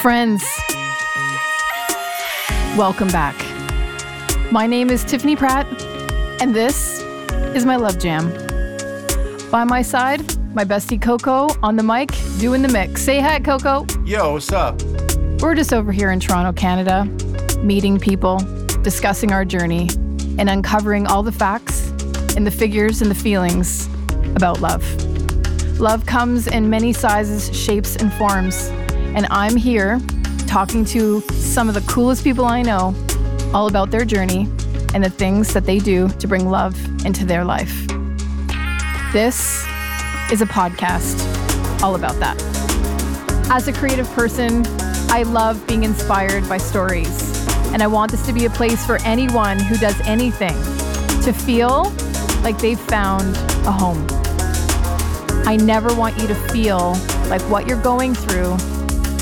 friends. Welcome back. My name is Tiffany Pratt, and this is my Love Jam. By my side, my bestie Coco on the mic, doing the mix. Say hi, Coco. Yo, what's up? We're just over here in Toronto, Canada, meeting people, discussing our journey, and uncovering all the facts and the figures and the feelings about love. Love comes in many sizes, shapes, and forms, and I'm here talking to some of the coolest people I know all about their journey and the things that they do to bring love into their life. This is a podcast all about that. As a creative person, I love being inspired by stories, and I want this to be a place for anyone who does anything to feel like they've found a home. I never want you to feel like what you're going through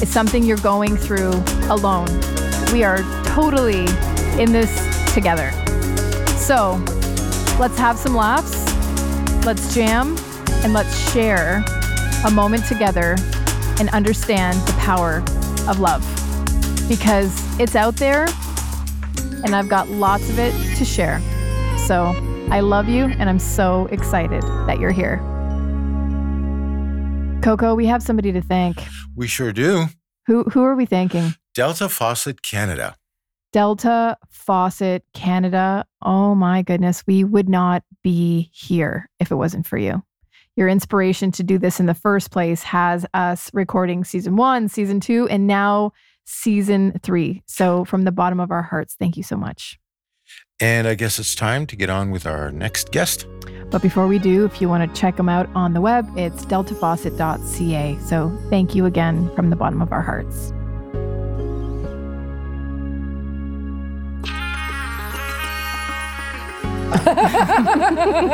is something you're going through alone. We are totally in this together. So let's have some laughs, let's jam, and let's share a moment together and understand the power of love because it's out there and I've got lots of it to share. So I love you and I'm so excited that you're here. Coco, we have somebody to thank. We sure do. Who who are we thanking? Delta Faucet Canada. Delta Faucet Canada. Oh my goodness, we would not be here if it wasn't for you. Your inspiration to do this in the first place has us recording season 1, season 2 and now season 3. So from the bottom of our hearts, thank you so much. And I guess it's time to get on with our next guest. But before we do, if you want to check them out on the web, it's deltafaucet.ca. So thank you again from the bottom of our hearts.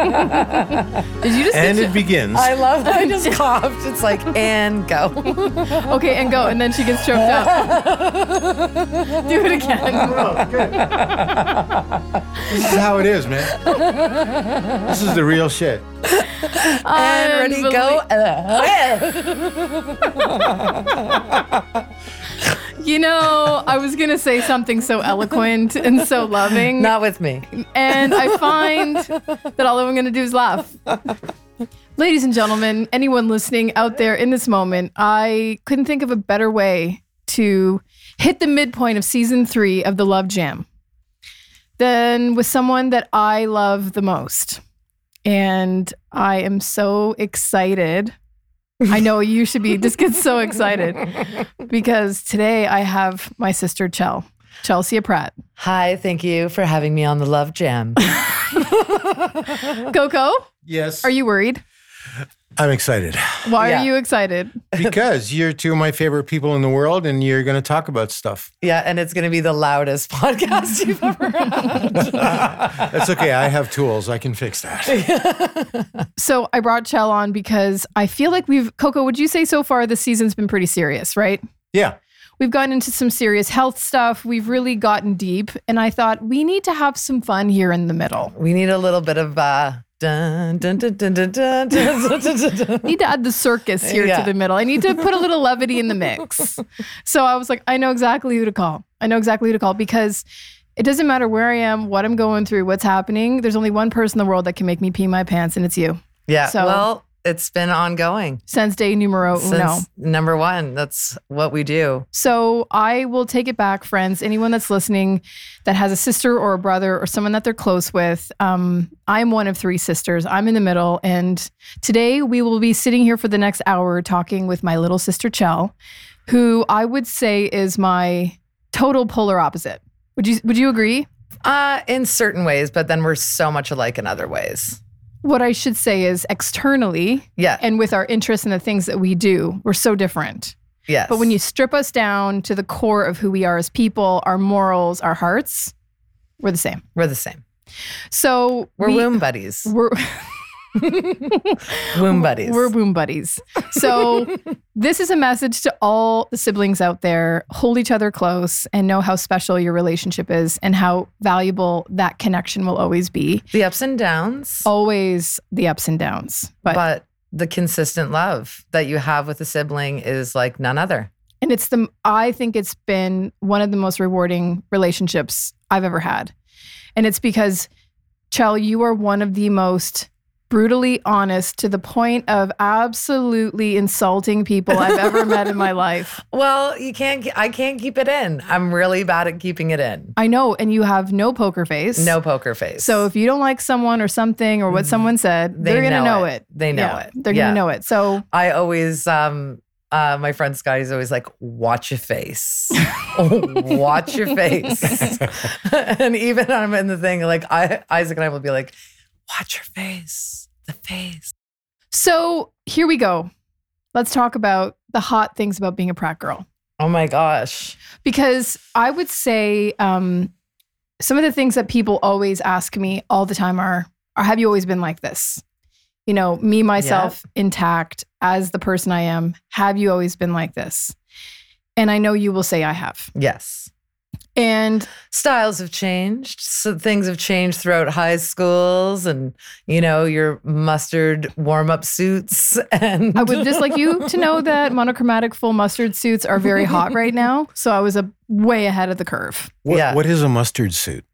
Did you just And it begins. I love that I just coughed. It's like, and go. Okay, and go, and then she gets choked up. Do it again. this is how it is, man. this is the real shit. And ready, go. Uh, You know, I was gonna say something so eloquent and so loving, Not with me. and I find that all I'm gonna do is laugh. Ladies and gentlemen, anyone listening out there in this moment, I couldn't think of a better way to hit the midpoint of season three of the Love Jam than with someone that I love the most. And I am so excited. I know you should be just get so excited because today I have my sister Chel, Chelsea Pratt. Hi, thank you for having me on the Love Jam. Coco, Yes. are you worried? I'm excited Why Yeah. are you excited? because you're two of my favorite people in the world and you're going to talk about stuff. Yeah, and it's going to be the loudest podcast you've ever That's okay. I have tools. I can fix that. So I brought Chell on because I feel like we've Coco, would you say so far this season's been pretty serious, right? Yeah. We've gotten into some serious health stuff. We've really gotten deep. And I thought we need to have some fun here in the middle. We need a little bit of. Uh, dun, dun, dun, dun, dun, dun, dun, dun, dun, dun, I need to add the circus here Yeah. to the middle. I need to put a little levity in the mix. So I was like, I know exactly who to call. I know exactly who to call because it doesn't matter where I am, what I'm going through, what's happening. There's only one person in the world that can make me pee my pants, and it's you. Yeah, So- well, it's been ongoing Since day numero uno. since number one. That's what we do. So I will take it back, friends. Anyone that's listening that has a sister or a brother or someone that they're close with, um, I'm one of three sisters. I'm in the middle. And today we will be sitting here for the next hour talking with my little sister, Chell, who I would say is my total polar opposite. Would you, would you agree? Uh, in certain ways, but then we're so much alike in other ways. What I should say is externally Yeah. and with our interests and the things that we do, we're so different. yes. But when you strip us down to the core of who we are as people, our morals, our hearts, we're the same. we're the same. So We're we- womb buddies. We're Womb buddies. we're womb buddies. So this is a message to all the siblings out there: hold each other close and know how special your relationship is and how valuable that connection will always be. the ups and downs, Always the ups and downs, but, but the consistent love that you have with a sibling is like none other. And it's the, I think it's been one of the most rewarding relationships I've ever had. And it's because, Chell, you are one of the most brutally honest to the point of absolutely insulting people I've ever met in my life. Well, you can't. I can't keep it in. I'm really bad at keeping it in. I know. And you have no poker face. No poker face. So if you don't like someone or something or what someone said, They they are going to know know, it. it. They know Yeah, it. They're Yeah. going to know it. So I always, um, uh, my friend Scotty's always like, watch your face, watch your face. and even when I'm in the thing, like I, Isaac and I will be like, watch your face, the face. So here we go. Let's talk about the hot things about being a prat girl. Oh my gosh. Because I would say um, some of the things that people always ask me all the time are, are have you always been like this? You know, me, myself, intact as the person I am. Have you always been like this? And I know you will say I have. Yes. And Styles have changed. So things have changed throughout high schools and, you know, your mustard warm up suits. And I would just like you to know that monochromatic full mustard suits are very hot right now. So I was a, way ahead of the curve. What, Yeah. what is a mustard suit?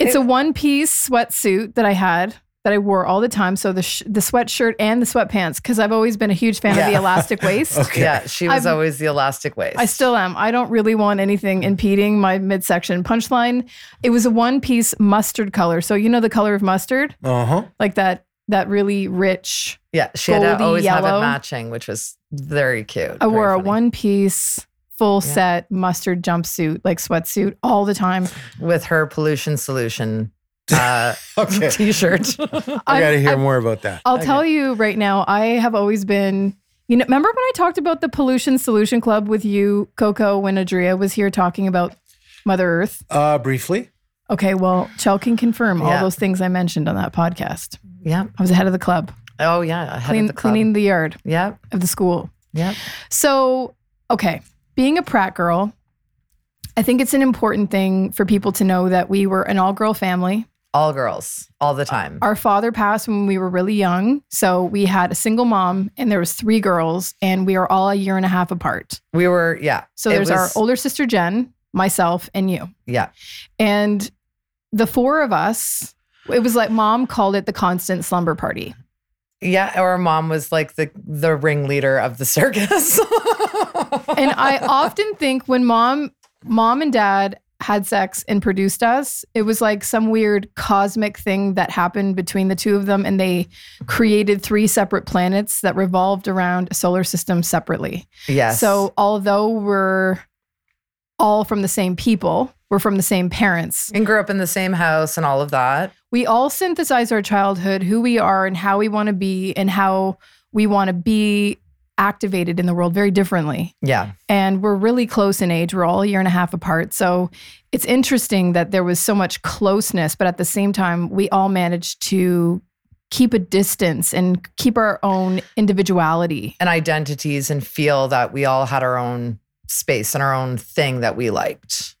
It's It- a one piece sweatsuit that I had that I wore all the time. So the sh- the sweatshirt and the sweatpants, because I've always been a huge fan of Yeah. the elastic waist. Okay. Yeah, she was I'm- always the elastic waist. I still am. I don't really want anything impeding my midsection punchline. It was a one piece mustard color. So you know the color of mustard? Uh huh. Like that that really rich. Yeah, she had to goldy always have it yellow. matching, which was very cute. I very wore a funny. one piece full Yeah. set mustard jumpsuit, like sweatsuit all the time. with her pollution solution uh, Okay. t-shirt. I I'm- got to hear more about that. I'll Okay. tell you right now, I have always been, you know, remember when I talked about the Pollution Solution Club with you, Coco, when Adria was here talking about Mother Earth? Uh, briefly. Okay, well, Chell can confirm Yeah. all those things I mentioned on that podcast. yep. I was ahead of the club, Oh yeah, ahead clean, of the club. cleaning the yard Yep. of the school. Yep. So, okay, being a Pratt girl, I think it's an important thing for people to know that we were an all girl family. All girls, all the time. our father passed when we were really young so we had a single mom and there was three girls and we are all a year and a half apart we were yeah. so It there's our was- older sister jen myself and you yeah. and the four of us it was like mom called it the constant slumber party Yeah, our mom was like the the ringleader of the circus. and i often think when mom mom and dad had sex and produced us it was like some weird cosmic thing that happened between the two of them and they created three separate planets that revolved around a solar system separately yes. So although we're all from the same people, we're from the same parents. and grew up in the same house and all of that. We all synthesize our childhood, who we are and how we want to be and how we want to be activated in the world very differently. Yeah. And we're really close in age. We're all a year and a half apart. So it's interesting that there was so much closeness, but at the same time, we all managed to keep a distance and keep our own individuality. And identities and feel that we all had our own space and our own thing that we liked.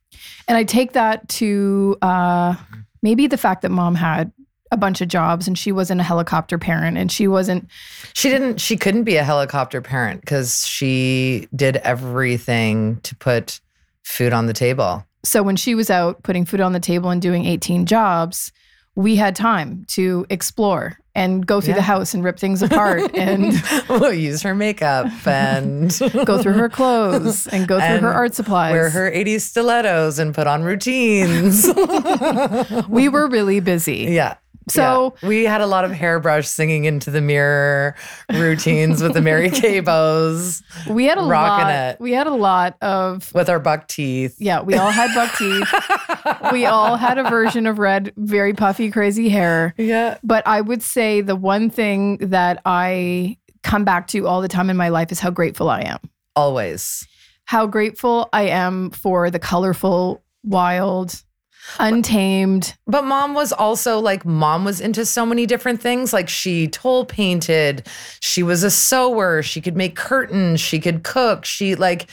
And I take that to uh, maybe the fact that mom had a bunch of jobs and she wasn't a helicopter parent and she wasn't She didn't she couldn't be a helicopter parent because she did everything to put food on the table. so when she was out putting food on the table and doing 18 jobs we had time to explore and go through Yeah. the house and rip things apart and we'll use her makeup and go through her clothes and go through And her art supplies wear her 80s stilettos and put on routines. we were really busy yeah. So- yeah. we had a lot of hairbrush singing into the mirror routines with the Mary Kay bows we had a Rocking lot it. we had a lot of with our buck teeth. yeah we all had buck teeth we all had a version of red very puffy crazy hair Yeah. But I would say the one thing that I come back to all the time in my life is how grateful I am. Always. How grateful I am for the colorful, wild, untamed. But mom was also like, mom was into so many different things. Like, she toll painted, she was a sewer, she could make curtains, she could cook. She, like,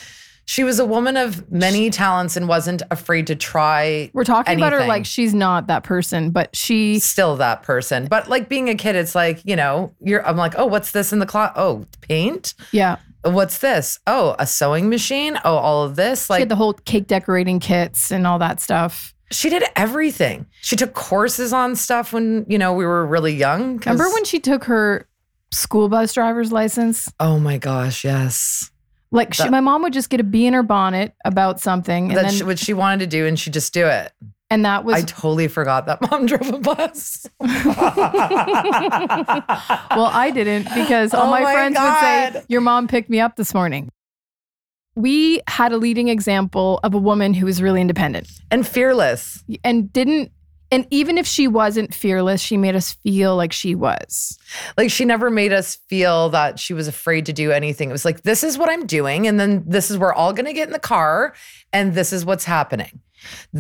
she was a woman of many talents and wasn't afraid to try. We're talking about her Anything. like she's not that person, but she Still that person. But like being a kid, it's like, you know, you're, I'm like, oh, what's this in the closet? Oh, paint? yeah. what's this? Oh, a sewing machine. Oh, all of this. she Like had the whole cake decorating kits and all that stuff. she did everything. She took courses on stuff when, you know, we were really young. 'cause- Remember when she took her school bus driver's license? Oh my gosh, yes. Like she, That- my mom would just get a bee in her bonnet about something, and That's then what she wanted to do and she just do it. and that I was totally forgot that mom drove a bus. well, I didn't because all Oh my, my friends would God. say your mom picked me up this morning. We had a leading example of a woman who was really independent and fearless. and didn't. And even if she wasn't fearless, she made us feel like she was. Like she never made us feel that she was afraid to do anything. It was like, this is what I'm doing. And then this is, we're all going to get in the car and this is what's happening.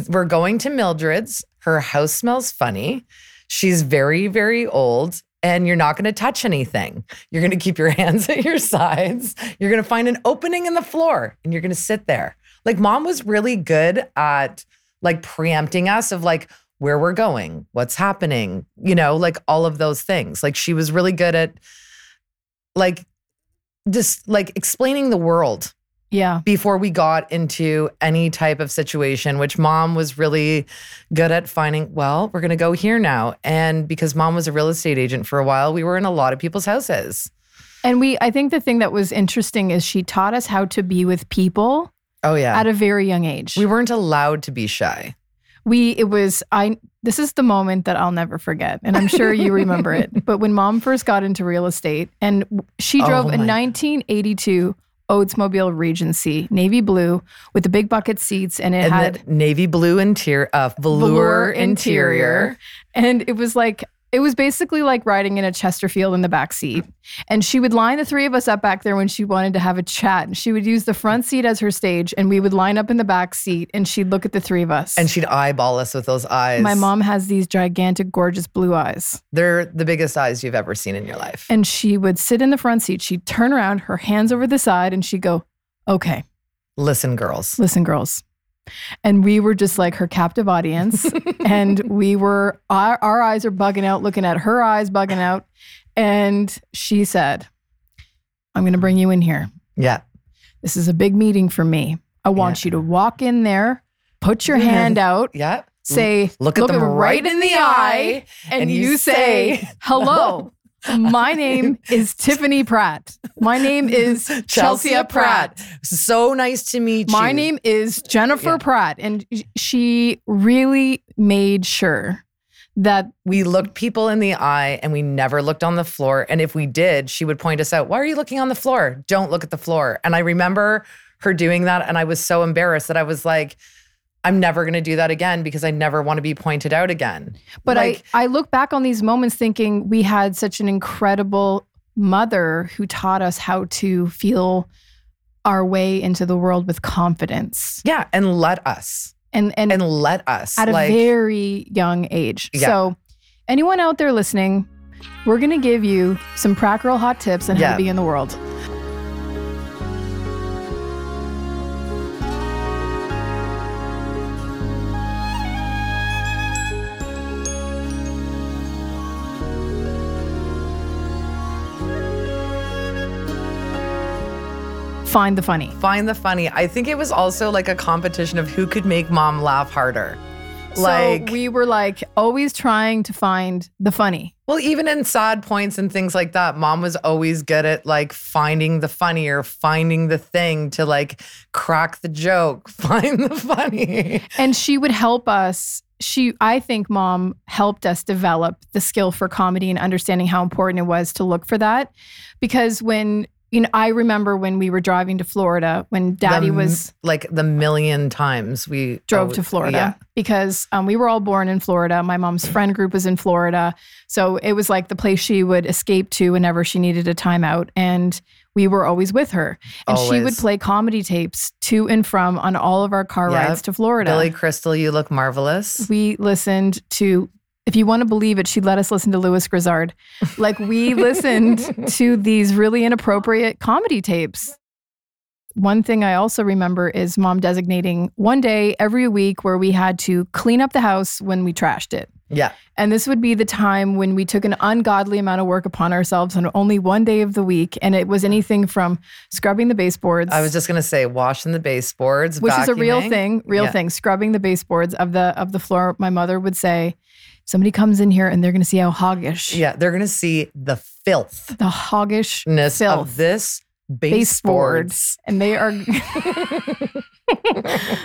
We're going to Mildred's. Her house smells funny. She's very, very old. And you're not going to touch anything. You're going to keep your hands at your sides. You're going to find an opening in the floor and you're going to sit there. Like mom was really good at like preempting us of like where we're going, what's happening, you know, like all of those things. Like she was really good at like just like explaining the world Yeah. before we got into any type of situation, which mom was really good at finding, well, we're going to go here now. And because mom was a real estate agent for a while, we were in a lot of people's houses. And we, I think the thing that was interesting is she taught us how to be with people Oh, yeah. at a very young age. we weren't allowed to be shy. we it was i this is the moment that i'll never forget and i'm sure you remember it but when mom first got into real estate and she Oh drove a my God. 1982 oldsmobile regency navy blue with the big bucket seats and it and had the navy blue interior, uh, velour, velour interior. and it was like it was basically like riding in a Chesterfield in the back seat. And she would line the three of us up back there when she wanted to have a chat. And she would use the front seat as her stage, and we would line up in the back seat, and she'd look at the three of us. And she'd eyeball us with those eyes. My mom has these gigantic, gorgeous blue eyes. They're the biggest eyes you've ever seen in your life. And she would sit in the front seat. She'd turn around, her hands over the side, and she'd go, Okay, Listen, girls. listen, girls. And we were just like her captive audience. and we were, our, our eyes are bugging out, looking at her eyes, bugging out. And she said, I'm going to bring you in here. Yeah. This is a big meeting for me. I want you to walk in there, put your Yeah. hand out, Yeah. say, Look at them right in the eye, and, and you, you say, say, hello. My name is Tiffany Pratt. My name is Chelsea Pratt. So nice to meet you. My name is Jennifer Yeah. Pratt. And she really made sure that we looked people in the eye and we never looked on the floor. And if we did, she would point us out, Why are you looking on the floor? Don't look at the floor. And I remember her doing that. And I was so embarrassed that I was like, I'm never going to do that again because I never want to be pointed out again. But Like- I, I look back on these moments thinking we had such an incredible mother who taught us how to feel our way into the world with confidence Yeah. And let us. and and, And let us. at a very young age. Yeah. So anyone out there listening, we're gonna give you some practical hot tips on how Yeah. to be in the world. Find the funny. find the funny. I think it was also like a competition of who could make mom laugh harder. Like, so we were like always trying to find the funny. well, even in sad points and things like that, mom was always good at like finding the funny or finding the thing to like crack the joke, find the funny. and she would help us she i think mom helped us develop the skill for comedy and understanding how important it was to look for that because when you know i remember when we were driving to florida when daddy The m- was like the million times we drove oh, to florida because um, we were all born in florida my mom's friend group was in florida so it was like the place she would escape to whenever she needed a timeout and we were always with her and she would Always. play comedy tapes to and from on all of our car Yep. rides to Yeah. florida Billy Crystal, you look marvelous. we listened to if you want to believe it she let us listen to louis grizzard like we listened to these really inappropriate comedy tapes one thing i also remember is mom designating one day every week where we had to clean up the house when we trashed it Yeah. And this would be the time when we took an ungodly amount of work upon ourselves on only one day of the week. And it was anything from scrubbing the baseboards. I was just gonna say washing the baseboards, which is a real vacuuming. thing, real Yeah. thing. Scrubbing the baseboards of the of the floor. My mother would say, somebody comes in here and they're gonna see how hoggish Yeah, Mm. they're gonna see the filthiness the hoggish of filth this baseboards. baseboards. And they are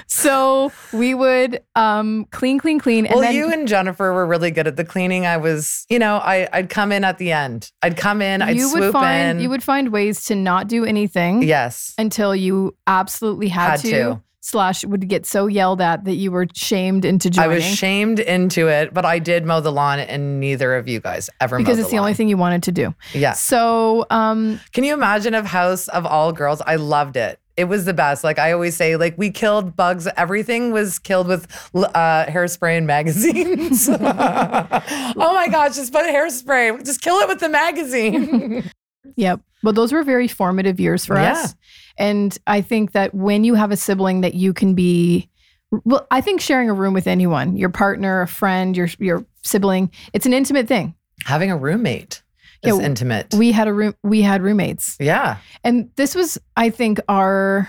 so we would um clean, clean, clean. Well, and then you and Jennifer were really good at the cleaning. I was, you know, I, I'd come in at the end. I'd come in. I'd you swoop would find in. you would find ways to not do anything Yes. until you absolutely had, Had to. slash would get so yelled at that you were shamed into joining I was shamed into it, but I did mow the lawn, and neither of you guys ever because mowed it's the only lawn. thing you wanted to do. Yeah. So um Can you imagine of House of All Girls? I loved it. It was the best. Like I always say, like we killed bugs. Everything was killed with l- uh, hairspray and magazines. oh my gosh, just put hairspray. Just kill it with the magazine. Yep. But those were very formative years for Yeah. us. And I think that when you have a sibling that you can be well, I think sharing a room with anyone, your partner, a friend, your your sibling, it's an intimate thing. Having a roommate is Yeah, intimate. We had a room we had roommates. yeah. And this was I think our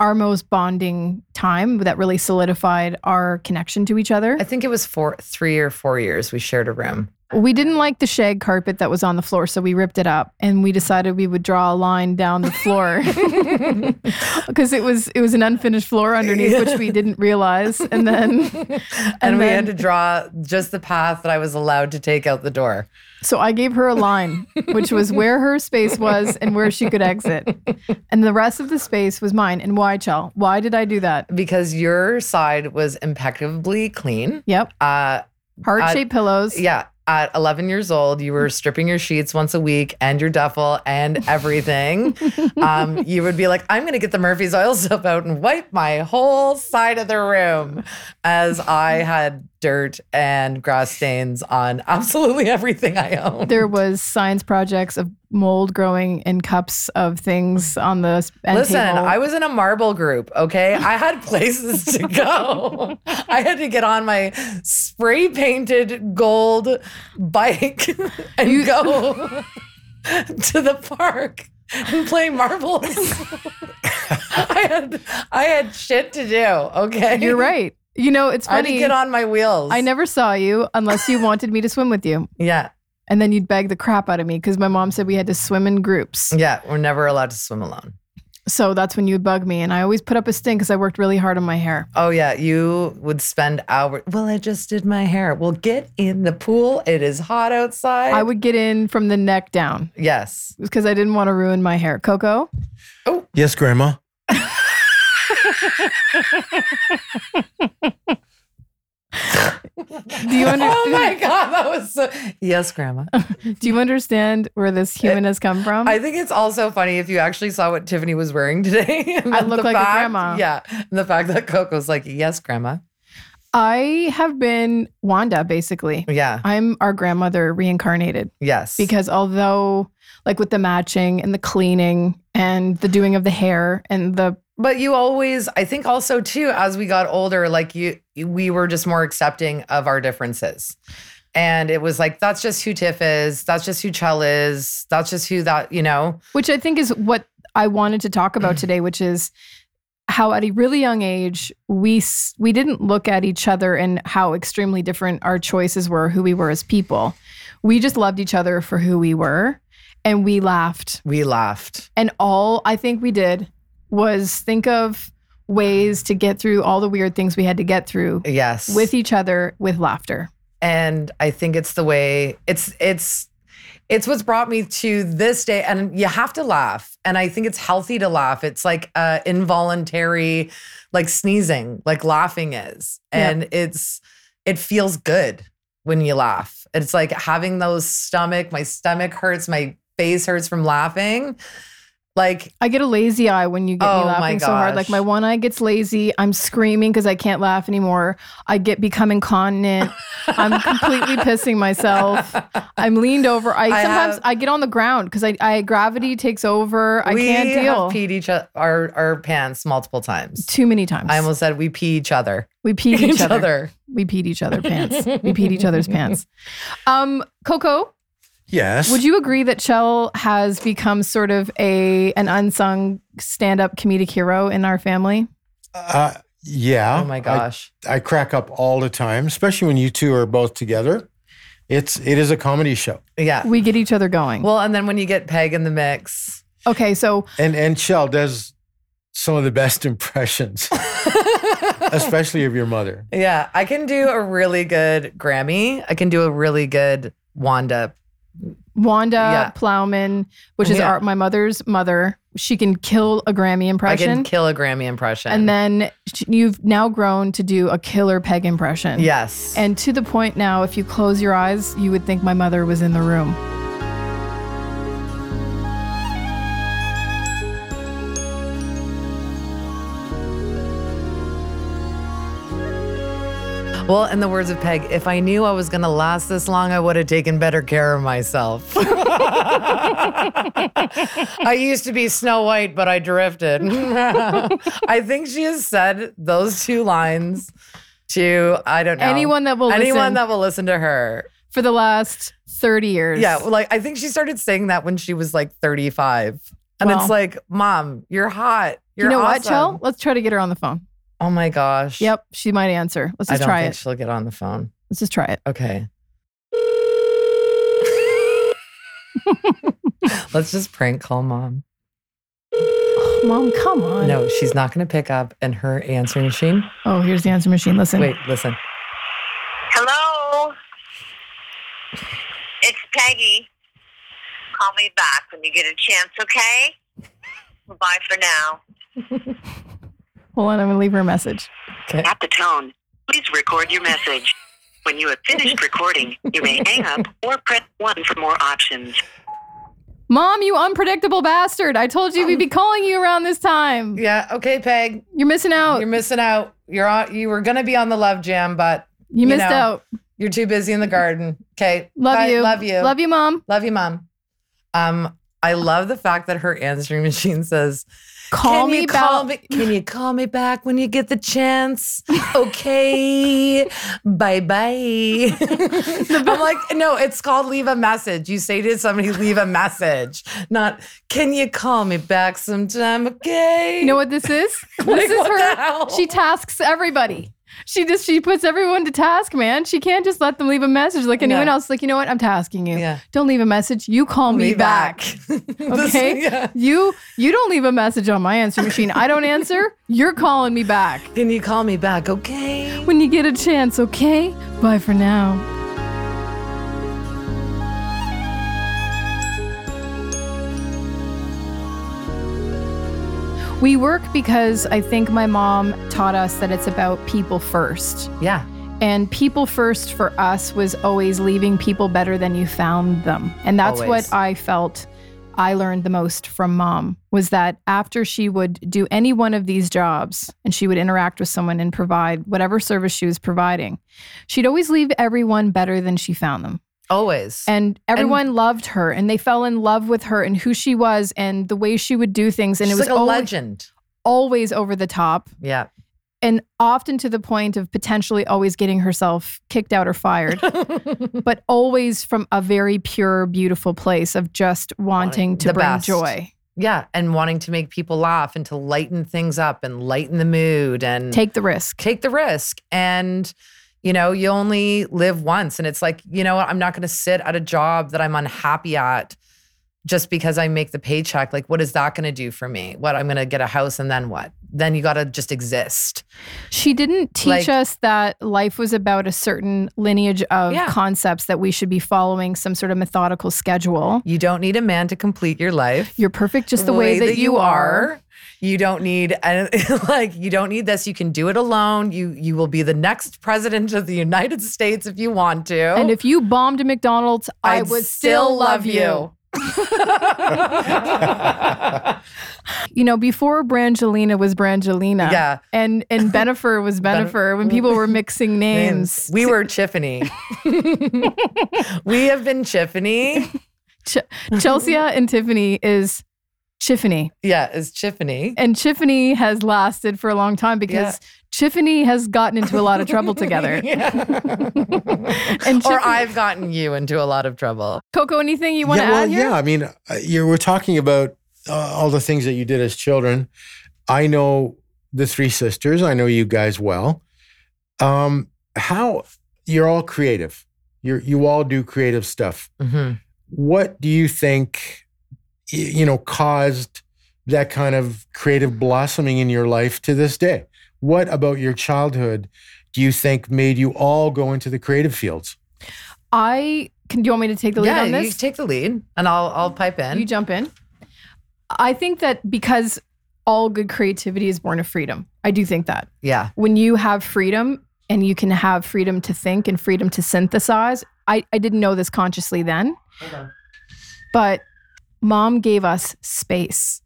our most bonding time that really solidified our connection to each other. I think it was four, three or four years we shared a room. We didn't like the shag carpet that was on the floor, so we ripped it up and we decided we would draw a line down the floor. because it was it was an unfinished floor underneath which we didn't realize and then and, And we then- had to draw just the path that I was allowed to take out the door. so i gave her a line which was where her space was and where she could exit and the rest of the space was mine and why chell why did i do that Because your side was impeccably clean. yep Uh, heart-shaped pillows Yeah. At 11 years old, you were stripping your sheets once a week and your duffel and everything. um, you would be like, I'm going to get the Murphy's oil soap out and wipe my whole side of the room as I had dirt and grass stains on absolutely everything I owned. there was science projects of mold growing in cups of things on the s- end Listen, table. I was in a marble group, okay? I had places to go. I had to get on my spray painted gold bike and go to the park and play marbles. I had I had shit to do, okay? you're right you know it's I had to funny get on my wheels. I never saw you unless you wanted me to swim with you. Yeah, And then you'd beg the crap out of me because my mom said we had to swim in groups. yeah, we're never allowed to swim alone. So that's when you would bug me. And I always put up a stink because I worked really hard on my hair. Oh yeah, you would spend hours. Well, I just did my hair. Well, get in the pool. It is hot outside. I would get in from the neck down Yes. because I didn't want to ruin my hair. Coco? Yes, Grandma. Do you, under- Oh my god, that was so Yes, grandma. do you understand where this human has come from? I think it's also funny if you actually saw what Tiffany was wearing today. and I the look like a fact- grandma. Yeah. And the fact that Coco's like, yes, grandma. I have been Wanda, basically. Oh, Yeah. I'm our grandmother reincarnated Yes. because although, like with the matching and the cleaning and the doing of the hair and the But you always, I think also too, as we got older, like you, we were just more accepting of our differences. And it was like, that's just who Tiff is. That's just who Chell is. That's just who that, you know? which I think is what I wanted to talk about today, which is how at a really young age we s- we didn't look at each other and how extremely different our choices were, who we were as people. We just loved each other for who we were, and we laughed. We laughed. And all I think we did was think of ways to get through all the weird things we had to get through Yes. with each other with laughter. and i think it's the way it's it's it's what's brought me to this day and you have to laugh and i think it's healthy to laugh it's like uh involuntary like sneezing like laughing is Yep. and it's it feels good when you laugh it's like having those stomach my stomach hurts my face hurts from laughing Like, I get a lazy eye when you get Oh me my laughing so hard. Like my gosh. one eye gets lazy. I'm screaming because I can't laugh anymore. I get become incontinent. I'm completely pissing myself. I'm leaned over. I, I sometimes have- I get on the ground because I, I gravity takes over. I we can't deal. have peed each other, our, our pants multiple times. Too many times. I almost said we pee each other. we peed each, other. other. We peed each other pants. we peed each other's pants. Um, Coco, Yes. would you agree that Chell has become sort of a an unsung stand-up comedic hero in our family? Uh, yeah. Oh my I- gosh. I crack up all the time, especially when you two are both together. It's it is a comedy show, yeah. We get each other going. Well, and then when you get Peg in the mix, Okay, so and and Shell does some of the best impressions, especially of your mother. yeah, I can do a really good Grammy. I can do a really good Wanda. Wanda Yeah. Plowman, which is Yeah. our, my mother's mother, she can kill a Grammy I impression, can kill a Grammy impression. and then sh- you've now grown to do a killer Peg impression. yes, And to the point now, if you close your eyes, you would think my mother was in the room. well, in the words of Peg, if I knew I was gonna last this long, I would have taken better care of myself. I used to be Snow White, but I drifted. I think she has said those two lines to I don't know Anyone that will anyone listen that will listen to her. for the last 30 years. Yeah, well, like I think she started saying that when she was like 35. And Wow. it's like, Mom, you're hot. you You're know awesome. what, Chell? Let's try to get her on the phone. Oh my gosh. Yep, she might answer. Let's I just don't try think it. she'll get on the phone. Let's just try it. Okay. Let's just prank call mom. Mom, come on. No, she's not going to pick up. And her answering machine. Oh, here's the answer machine. Listen. Wait, listen. Hello. It's Peggy. Call me back when you get a chance, okay? Bye for now. Hold on, I'm going to leave her a message. Okay. At the tone, please record your message. When you have finished recording, you may hang up or press 1 for more options. Mom, you unpredictable bastard. I told you we'd be calling you around this time. Yeah. Okay, Peg. You're missing out. You're You're, missing out. You're on. You were going to be on the love jam, but you missed know. out. you're too busy in the garden. Okay. Love Bye. you. Love you. Love you, Mom. Love you, mom. Um, I love the fact that her answering machine says, Call can me you call about me- Can you call me back when you get the chance? Okay, bye bye. I'm like, no, it's called leave a message. You say to somebody, leave a message, not can you call me back sometime? Okay. You know what this is? this is what her. the hell? She tasks everybody. She just she puts everyone to task, man. She can't just let them leave a message like anyone Yeah. else. Like, you know what? I'm tasking you. Yeah. Don't leave a message. You call me, back. This- Okay? yeah. You you don't leave a message on my answer machine. I don't answer. You're calling me back. Can you call me back? Okay. When you get a chance, okay? Bye for now. We work because I think my mom taught us that it's about people first. Yeah. And people first for us was always leaving people better than you found them. And that's Always. what I felt I learned the most from mom was that after she would do any one of these jobs and she would interact with someone and provide whatever service she was providing, she'd always leave everyone better than she found them. Always. And everyone loved her and they fell in love with her and who she was and the way she would do things. And She's it was like a always, legend. always over the top Yeah. and often to the point of potentially always getting herself kicked out or fired, but always from a very pure, beautiful place of just wanting to the bring best. joy, Yeah, and wanting to make people laugh and to lighten things up and lighten the mood and take the risk. take the risk and you know, you only live once and it's like, you know, what, I'm not going to sit at a job that I'm unhappy at just because I make the paycheck. Like what is that going to do for me? What I'm going to get a house and then what? Then you got to just exist. She didn't teach Like- us that life was about a certain lineage of Yeah. concepts that we should be following some sort of methodical schedule. You don't need a man to complete your life. You're perfect just the way, that, you are. You don't need and like you don't need this. You can do it alone. You you will be the next president of the United States if you want to. And if you bombed a McDonald's, I I'd would still love you. you. you know, before Brangelina was Brangelina. Yeah. And and Benifer was Ben- Benifer when people were mixing names. We were Tiffany. we have been Tiffany. Chelsea and Tiffany is Chiffany. Yeah, it's Tiffany. And Chiffany has lasted for a long time because Chiffany has gotten into a lot of trouble together. Yeah. And or Tiffany- I've gotten you into a lot of trouble. Coco, anything you want to yeah, well, add here? yeah. I mean, uh, you we're talking about uh, all the things that you did as children. I know the three sisters. I know you guys well. Um, how you're all creative. You you all do creative stuff. Mhm. What do you think? y- You know, caused that kind of creative blossoming in your life to this day. What about your childhood do you think made you all go into the creative fields? I can. Do you want me to take the lead Yeah, on you this? take the lead, and I'll I'll pipe in. You jump in. I think that because all good creativity is born of freedom. I do think that. yeah, when you have freedom and you can have freedom to think and freedom to synthesize. I, I didn't know this consciously then, but mom gave us space.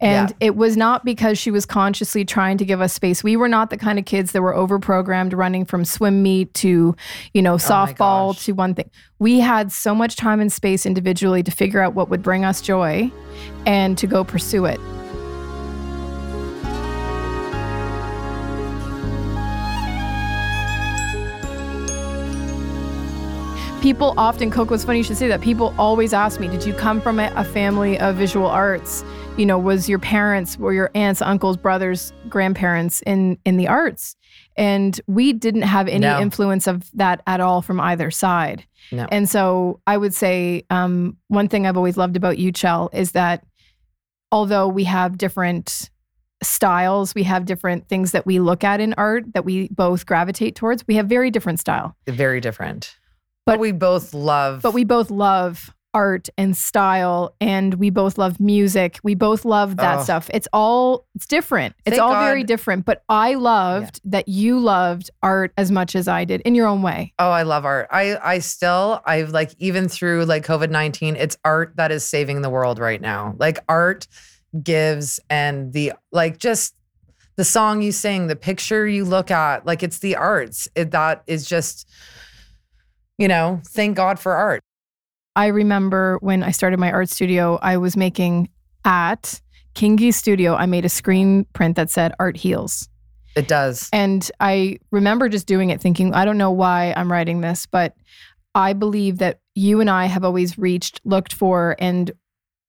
And it was not because she was consciously trying to give us space. We were not the kind of kids that were overprogrammed running from swim meet to, you know, softball gosh. to one thing. We had so much time and space individually to figure out what would bring us joy and to go pursue it. people often coco it's funny you should say that people always ask me did you come from a, a family of visual arts you know was your parents were your aunts uncles brothers grandparents in in the arts and we didn't have any No. influence of that at all from either side No. and so i would say um, one thing i've always loved about you chell is that although we have different styles we have different things that we look at in art that we both gravitate towards we have very different style very different. But, But- we both love. but we both love art and style and we both love music we both love that Oh. stuff it's all it's different it's Thank all very God. different but i loved that you loved art as much as i did in your own way Oh, I love art. I I still I've like even through like COVID nineteen, it's art that is saving the world right now. Like art gives and the like just the song you sing, the picture you look at, like it's the arts. It, that is just, you know, thank God for art. i remember when i started my art studio i was making at kingi studio i made a screen print that said art heals It does. And I remember just doing it thinking, I don't know why I'm writing this, but I believe that you and I have always reached, looked for, and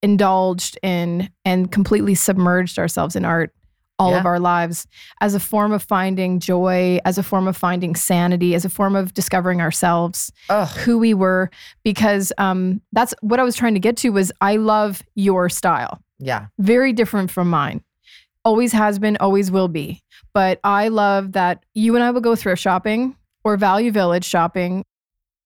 indulged in and completely submerged ourselves in art all of Yeah. our lives as a form of finding joy, as a form of finding sanity, as a form of discovering ourselves Oh, who we were because um, that's what i was trying to get to was i love your style yeah. very different from mine. Always has been, always will be. But I love that you and I will go thrift shopping or Value Village shopping.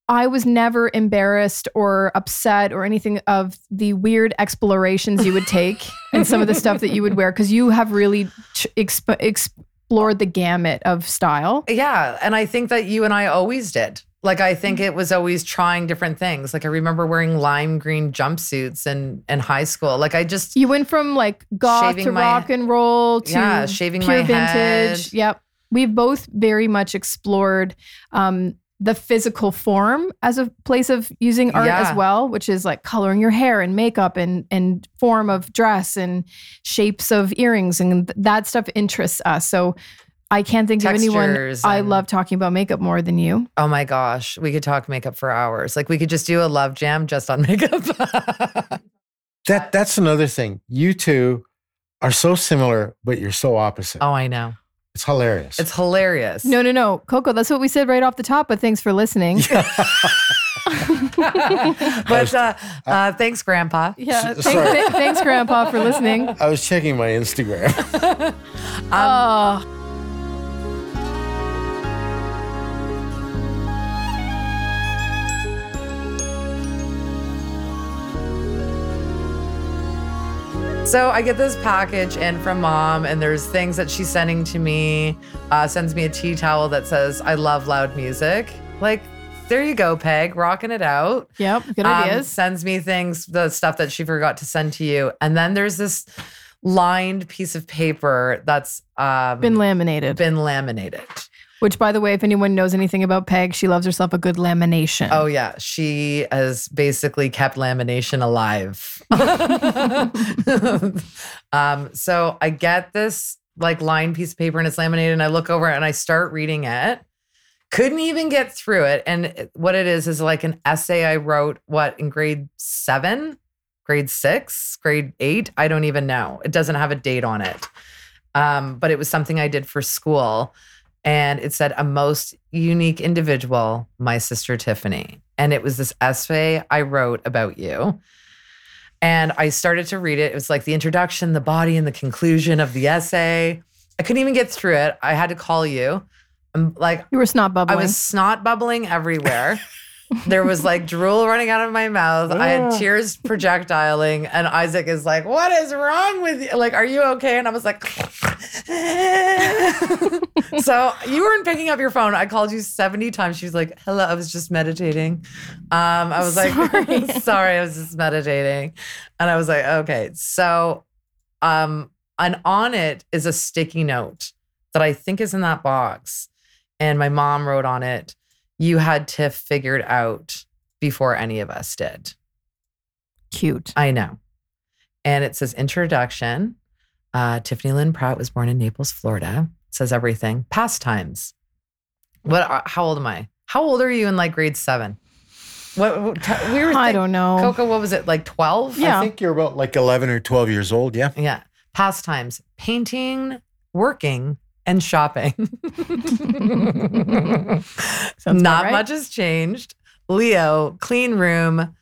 I was never embarrassed or upset or anything of the weird explorations you would take and some of the stuff that you would wear because you have really ch- exp- explored the gamut of style. Yeah. And I think that you and I always did. Like I Mm. think it was always trying different things. Like I remember wearing lime green jumpsuits in in high school. Like I just You went from like goth Shaving to my- rock and roll to Yeah, shaving pure my vintage. head. Yep. We've both very much explored um, the physical form as a place of using art Yeah. as well, which is like coloring your hair and makeup and and form of dress and shapes of earrings and th- that stuff interests us. So I can't think of anyone Textures I and- love talking about makeup more than you. Oh my gosh, we could talk makeup for hours. Like we could just do a love jam just on makeup. That that's another thing. You two are so similar, but you're so opposite. oh, I know. It's hilarious. It's hilarious. No, no, no, Coco. That's what we said right off the top. But thanks for listening. but uh, uh, thanks, Grandpa. Yeah, S- thanks, sorry. th- thanks, Grandpa, for listening. I was checking my Instagram. Ah. Um, So I get this package in from mom, and there's things that she's sending to me. Uh, sends me a tea towel that says "I love loud music." Like, there you go, Peg, rocking it out. Yep, good um, ideas. Sends me things, the stuff that she forgot to send to you. And then there's this lined piece of paper that's um, Been laminated. been laminated. Which, by the way, if anyone knows anything about Peg, she loves herself a good lamination. Oh yeah, she has basically kept lamination alive. um, so I get this like lined piece of paper and it's laminated, and I look over it and I start reading it. Couldn't even get through it. And it- what it is is like an essay I wrote, what in grade seven, grade six, grade eight? I don't even know. It doesn't have a date on it. Um, but it was something I did for school and it said a most unique individual my sister tiffany and it was this essay i wrote about you and i started to read it it was like the introduction the body and the conclusion of the essay i couldn't even get through it i had to call you i'm like You were snot bubbling. I was snot bubbling everywhere. there was like drool running out of my mouth. I had Yeah. tears projectiling, and Isaac is like, "What is wrong with you? Like, are you okay?" And I was like, "So you weren't picking up your phone. I called you seventy times. She was like, "Hello, I was just meditating." Um, I was Sorry. like, "Sorry, I was just meditating," and I was like, "Okay." So, um, and on it is a sticky note that I think is in that box and my mom wrote on it, "You had Tiff figured out before any of us did." cute. I know, and it says introduction. Uh, Tiffany Lynn Pratt was born in Naples, Florida. It says everything. Past times. What? uh, How old am I? How old are you in like grade seven? What, what t- we were? I think- don't know. Coco, what was it like? Twelve? Yeah. I think you're about like 11 or 12 years old. Yeah. Yeah. Past times. Painting, working, and shopping. Sounds about Not right. much has changed. Leo, clean room,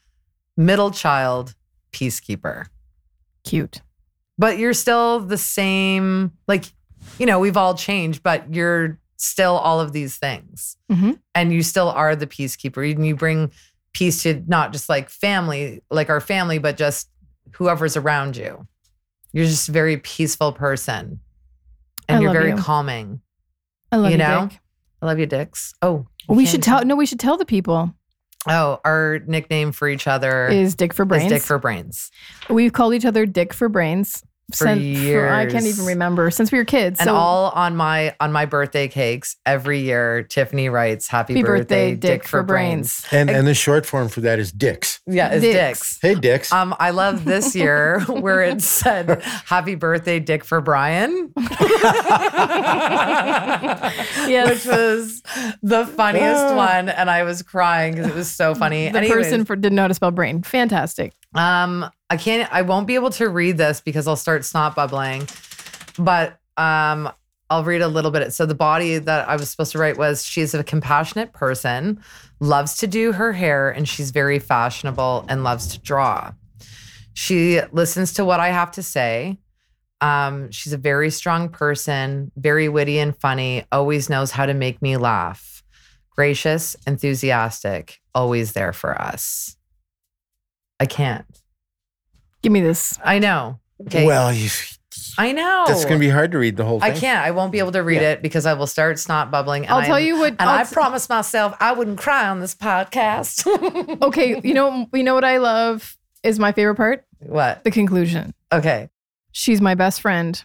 middle child, peacekeeper. Cute. But you're still the same. Like, you know, we've all changed, but you're still all of these things. Mhm. And you still are the peacekeeper. And you bring peace to not just like family, like our family, but just whoever's around you. You're just a very peaceful person. And I you're love very you. calming. I love you, You know? Dick. I love you, dicks. Oh, We can't should tell. No, we should tell the people Oh, our nickname for each other is, is Dick for brains. Dick for Brains. We've called each other Dick for brains For I can't even years. remember since we were kids. And so all on my on my birthday cakes every year, Tiffany writes, "Happy, happy birthday, Dick, for Brains." brains. And, and the short form for that is dicks. Yeah, it's Dicks. dicks. Hey, dicks. Um, I love this year where it said, "Happy birthday, Dick for Brian," Yes. which was the funniest one, and I was crying because it was so funny. The Anyways. person for, didn't know how to spell brain. Fantastic. Um, I can't. I won't be able to read this because I'll start snot bubbling. But um, I'll read a little bit. So the body that I was supposed to write was: she's a compassionate person, loves to do her hair, and she's very fashionable and loves to draw. She listens to what I have to say. Um, she's a very strong person, very witty and funny. Always knows how to make me laugh. Gracious, enthusiastic, always there for us. I can't. Give me this. I know. Okay. Well, you, I know. that's going to be hard to read the whole I thing. can't. I won't be able to read it because I will start snot bubbling. And I'll tell I'm- you what. And I'll i t- promised myself I wouldn't cry on this podcast. okay, you know, you know what I love is my favorite part. what? The conclusion. Okay. She's my best friend,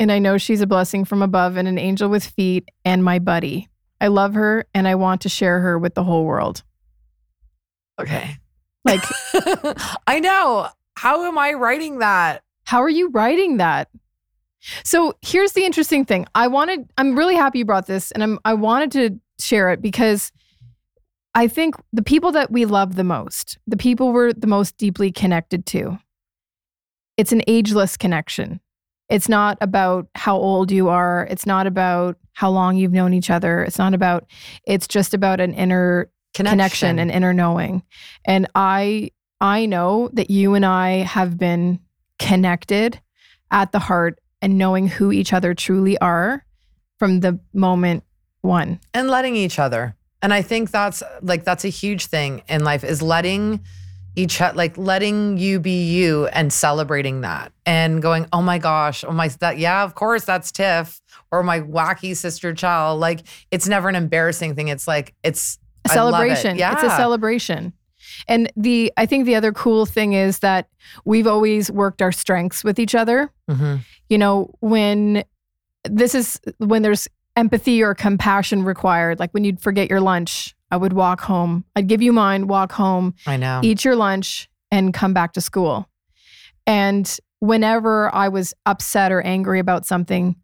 and I know she's a blessing from above and an angel with feet and my buddy. I love her, and I want to share her with the whole world. Okay. Like, I know. How am I writing that? how are you writing that? So here's the interesting thing. I wanted. I'm really happy you brought this, and I'm. I wanted to share it because I think the people that we love the most, the people we're the most deeply connected to, it's an ageless connection. It's not about how old you are. It's not about how long you've known each other. It's not about. It's just about an inner connection and inner knowing and i i know that you and i have been connected at the heart and knowing who each other truly are from the moment one and letting each other. And I think that's like that's a huge thing in life is letting each o- like letting you be you and celebrating that and going, "Oh my gosh, oh my that yeah, of course that's Tiff or my wacky sister child." Like it's never an embarrassing thing. It's like it's a I love it. celebration it's a Yeah. celebration And the I think the other cool thing is that we've always worked our strengths with each other. Mhm. You know, when this is when there's empathy or compassion required, like when you'd forget your lunch, I would walk home. I'd give you mine, walk home, I know. eat your lunch and come back to school. And whenever I was upset or angry about something,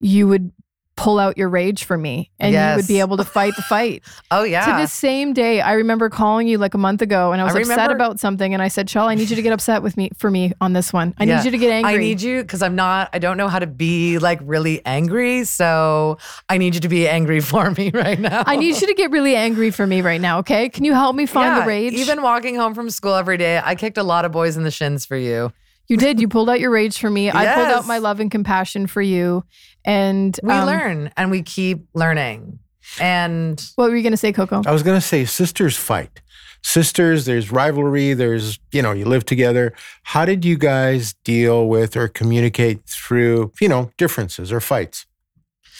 you would pull out your rage for me and you would be Yes. able to fight the fight. oh yeah. To this same day, I remember calling you like a month ago and I was I upset remember- about something and I said, Chell, I need you to get upset with me for me on this one. I Yeah. need you to get angry. I need you because I'm not, I don't know how to be like really angry. So I need you to be angry for me right now. I need you to get really angry for me right now, okay? Can you help me find yeah, the rage? Even walking home from school every day, I kicked a lot of boys in the shins for you. you did. You pulled out your rage for me. I pulled out Yes. my love and compassion for you. And We um, learn and we keep learning. And What were you gonna say, Coco? I was going to say sisters fight. Sisters, there's rivalry, there's, you know, you live together. How did you guys deal with or communicate through, you know, differences or fights?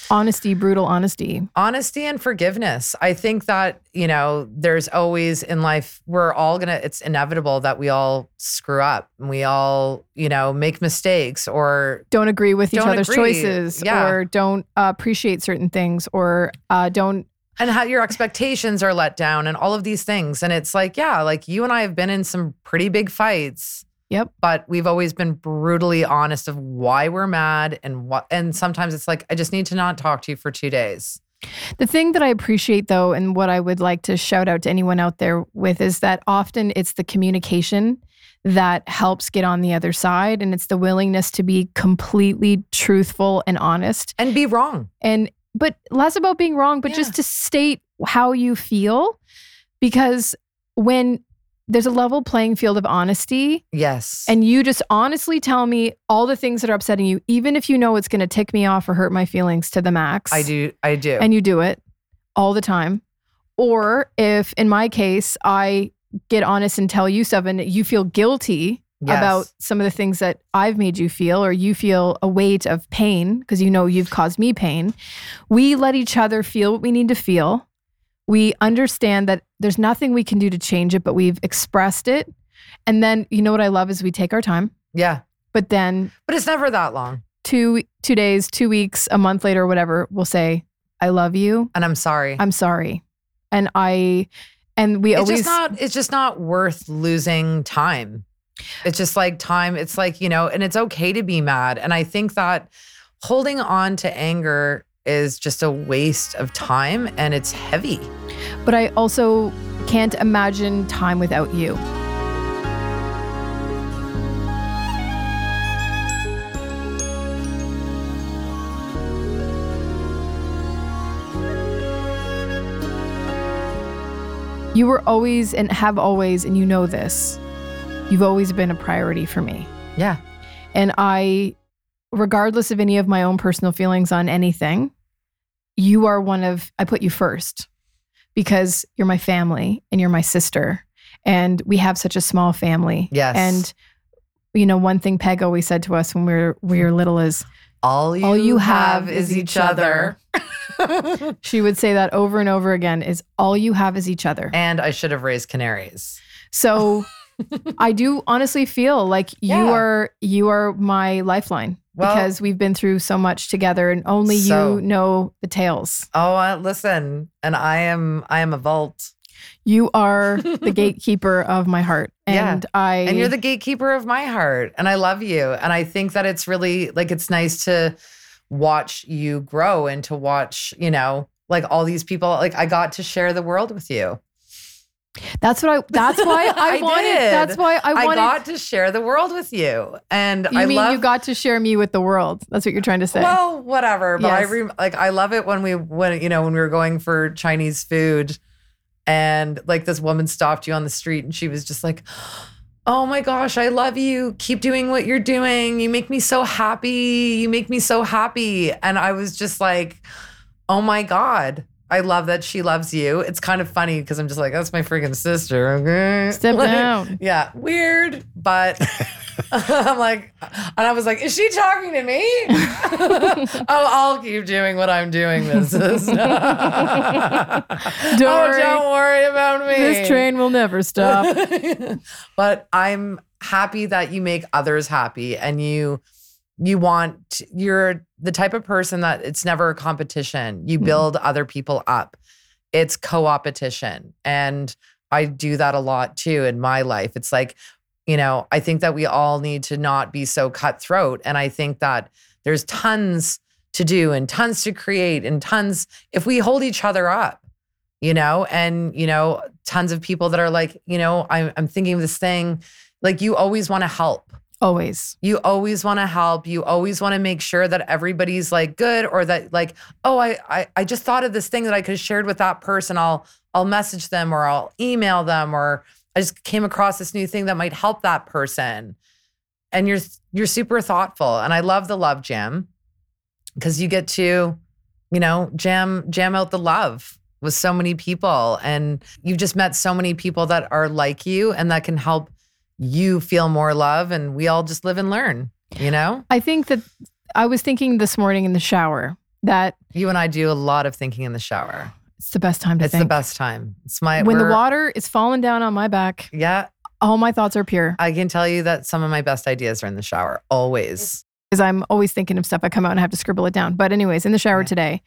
Honesty, brutal honesty. honesty and forgiveness. I think that, you know, there's always in life, we're all going to, it's inevitable that we all screw up and we all, you know, make mistakes or don't agree with each Don't other's agree. choices Yeah. or don't uh, appreciate certain things or uh, don't and how your expectations are let down and all of these things and it's like yeah like you and i have been in some pretty big fights Yep. but we've always been brutally honest of why we're mad and what and sometimes it's like i just need to not talk to you for two days the thing that i appreciate though and what i would like to shout out to anyone out there with is that often it's the communication that helps get on the other side and it's the willingness to be completely truthful and honest and be wrong and but less about being wrong but Yeah. just to state how you feel because when there's a level playing field of honesty yes and you just honestly tell me all the things that are upsetting you, even if you know it's going to tick me off or hurt my feelings to the max. i do i do And you do it all the time. Or if in my case, I get honest and tell you seven, you feel guilty Yes. about some of the things that I've made you feel, or you feel a weight of pain because you know you've caused me pain. We let each other feel what we need to feel. We understand that there's nothing we can do to change it, but we've expressed it. And then you know what I love is we take our time, yeah but then but it's never that long two two days, two weeks, a month later, whatever, we'll say, I love you. and i'm sorry I'm sorry. And I and we it's always just not it's just not worth losing time it's just like time it's like you know and it's okay to be mad and i think that holding on to anger is just a waste of time and it's heavy but I also can't imagine time without you. You were always and have always, and you know this, you've always been a priority for me. yeah And I, regardless of any of my own personal feelings on anything, you are one of, I put you first because you're my family and you're my sister. And we have such a small family. Yes. And, you know, one thing Peg always said to us when we were, we were little is all you, All you have, have is is each each other she would say that over and over again is all you have is each other. and i should have raised canaries So I do honestly feel like Yeah. you are you are my lifeline Well- because we've been through so much together and only So- you know the tales. oh uh, listen and i am i am a vault You are the gatekeeper of my heart. Yeah. And I And you're the gatekeeper of my heart. And I love you. And I think that it's really like it's nice to watch you grow and to watch, you know, like all these people. Like I got to share the world with you. that's what I that's why I, I wanted did. that's why I I, wanted got to share the world with you. And you I mean love you got to share me with the world. That's what you're trying to say. Well, whatever. But Yes. I re- like I love it when we when you know when we were going for Chinese food, and like this woman stopped you on the street and she was just like, "Oh my gosh, I love you. Keep doing what you're doing. You make me so happy. You make me so happy." And I was just like, "Oh my god." I love that she loves you. It's kind of funny because I'm just like, that's my freaking sister. Okay. Step Like, down. Yeah. Weird, but I'm like, and I was like, is she talking to me? oh, I'll keep doing what I'm doing, Mrs. Don't oh, worry. don't worry about me. This train will never stop. but I'm happy that you make others happy and you you want you're the type of person that it's never a competition. You Mhm. build other people up. It's co-opetition. And I do that a lot too in my life. It's like, you know, I think that we all need to not be so cutthroat and I think that there's tons to do and tons to create and tons if we hold each other up you know and you know tons of people that are like you know i'm, I'm thinking of this thing like you always want to help Always. you always want to help you always want to make sure that everybody's like good or that like oh I, I i just thought of this thing that i could have shared with that person i'll i'll message them or i'll email them or i just came across this new thing that might help that person and you're you're super thoughtful and i love the love jam because you get to you know jam jam out the love with so many people and you've just met so many people that are like you and that can help you feel more love and we all just live and learn you know I think that I was thinking this morning in the shower that you and i do a lot of thinking in the shower it's the best time to it's think. the best time it's my When the we're- water is falling down on my back, yeah all my thoughts are pure i can tell you that some of my best ideas are in the shower always because I'm always thinking of stuff. I come out and have to scribble it down. But anyways, in the shower Yeah. today,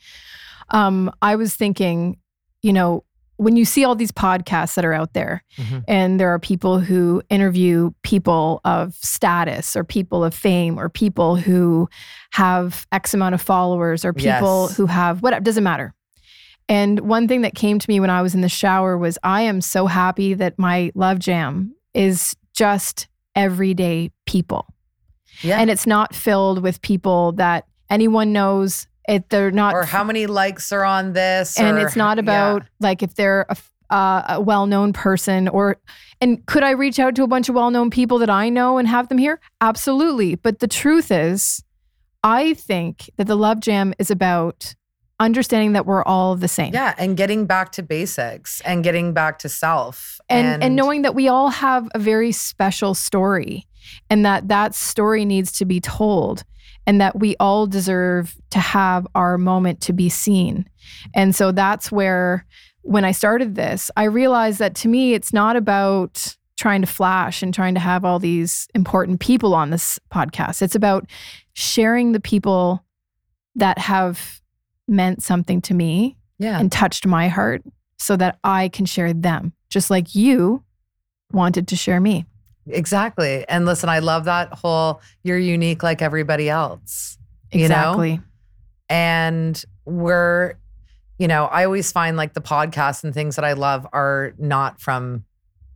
um, I was thinking, you know, when you see all these podcasts that are out there, Mhm. and there are people who interview people of status or people of fame or people who have X amount of followers or people Yes. who have whatever, doesn't matter. And one thing that came to me when I was in the shower was I am so happy that my love jam is just everyday people. yeah And it's not filled with people that anyone knows. It, they're not or how many likes are on this and or- it's not yeah. about like if they're a, f- uh, a well-known person or and could i reach out to a bunch of well-known people that i know and have them here absolutely but the truth is i think that the love jam is about understanding that we're all the same Yeah, and getting back to basics and getting back to self and, and knowing that we all have a very special story and that that story needs to be told and that we all deserve to have our moment to be seen and so that's where when i started this i realized that to me it's not about trying to flash and trying to have all these important people on this podcast it's about sharing the people that have meant something to me yeah, and touched my heart so that I can share them, just like you wanted to share me. exactly. And listen, I love that whole you're unique like everybody else. You know? Exactly. And we're you know, I always find like the podcasts and things that I love are not from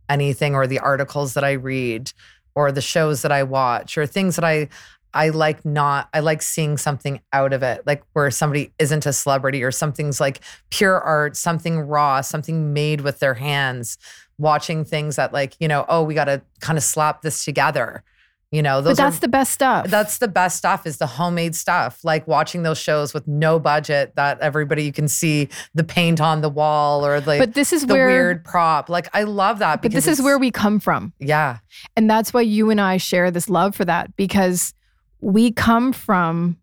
anything or the articles that I read or the shows that I watch or things that I I like not I like seeing something out of it like where somebody isn't a celebrity or something's like pure art something raw something made with their hands watching things that like you know oh we got to kind of slap this together you know But those are that's the best stuff. that's the best stuff is the homemade stuff, like watching those shows with no budget that everybody you can see the paint on the wall or like but this is the where weird prop. Like I love that. but because this is it's- where we come from. yeah, And that's why you and I share this love for that because we come from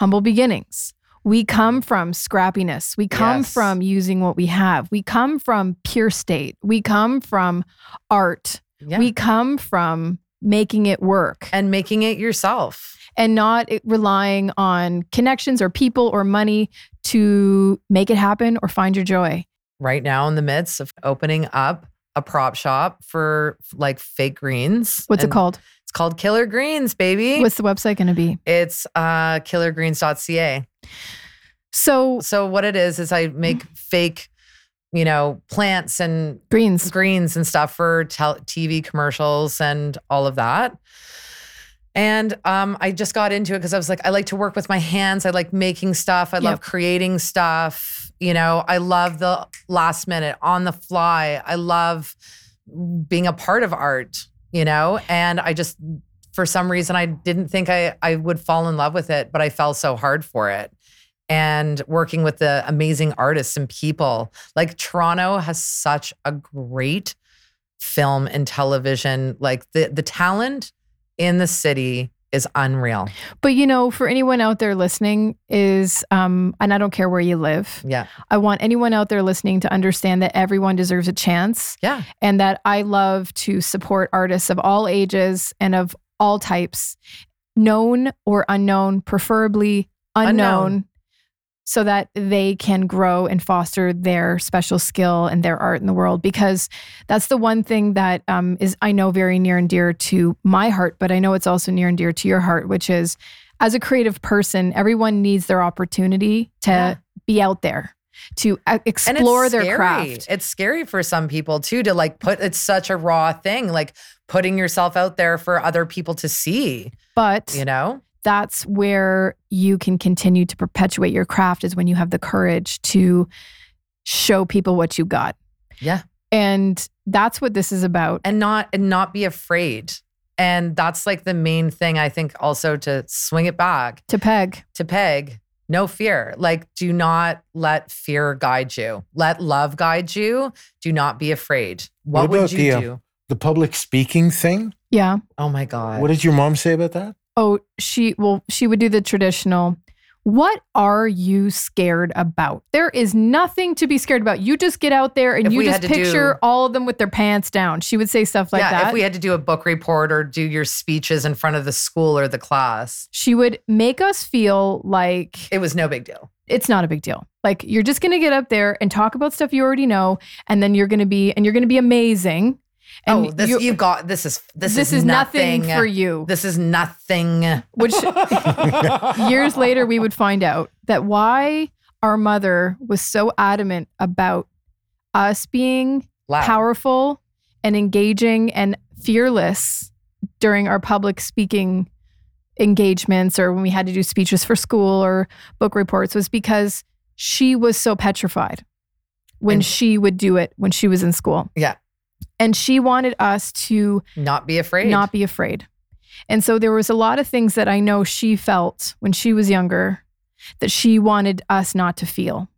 humble beginnings. We come from scrappiness. We come Yes. from using what we have. We come from pure state. We come from art. yeah, We come from making it work. and making it yourself. and not eh, relying on connections or people or money to make it happen or find your joy. right now in the midst of opening up a prop shop for like fake greens. What's And it called? It's called Killer Greens, baby. What's the website going to be? it's uh, killergreens.ca. So, So what it is is I make fake, you know, plants and greens. screens and stuff for tel- TV commercials and all of that. And um, I just got into it because I was like, I like to work with my hands. I like making stuff. I love Yep. creating stuff. You know, I love the last minute on the fly. I love being a part of art, you know? And I just, for some reason, I didn't think I, I would fall in love with it, but I fell so hard for it. And working with the amazing artists and people like Toronto has such a great film and television. Like the the talent in the city is unreal. But you know, for anyone out there listening, is um, and I don't care where you live. Yeah. I want anyone out there listening to understand that everyone deserves a chance. Yeah. and that I love to support artists of all ages and of all types, known or unknown, preferably unknown, Unknown. so that they can grow and foster their special skill and their art in the world. Because that's the one thing that um, is, I know, very near and dear to my heart, but I know it's also near and dear to your heart, which is as a creative person, everyone needs their opportunity to Yeah. be out there. To uh, explore their scary. craft. It's scary for some people too to like put it's such a raw thing, like putting yourself out there for other people to see, But you know? that's where you can continue to perpetuate your craft is when you have the courage to show people what you got. Yeah. And that's what this is about. And not and not be afraid. And that's like the main thing I think also to swing it back To peg. to peg. No fear. Like do not let fear guide you. Let love guide you. Do not be afraid. What What, would about you the, uh, do? The public speaking thing. Yeah. Oh my God. What did your mom say about that? Oh, she well, she would do the traditional. What are you scared about? There is nothing to be scared about. You just get out there and If you we just had to do- picture all of them with their pants down. She would say stuff like yeah, that. if we had to do a book report or do your speeches in front of the school or the class, she would make us feel like it was no big deal. it's not a big deal. Like you're just going to get up there and talk about stuff you already know, and then you're going to be and you're going to be amazing. And oh, this you- you, got this is uh, this, this is nothing for you. This is nothing. Which years later we would find out that why our mother was so adamant about us being Loud. powerful and engaging and fearless during our public speaking engagements or when we had to do speeches for school or book reports was because she was so petrified when And- she would do it when she was in school. Yeah. And she wanted us to Not be afraid. not be afraid. And so there was a lot of things that I know she felt when she was younger that she wanted us not to feel.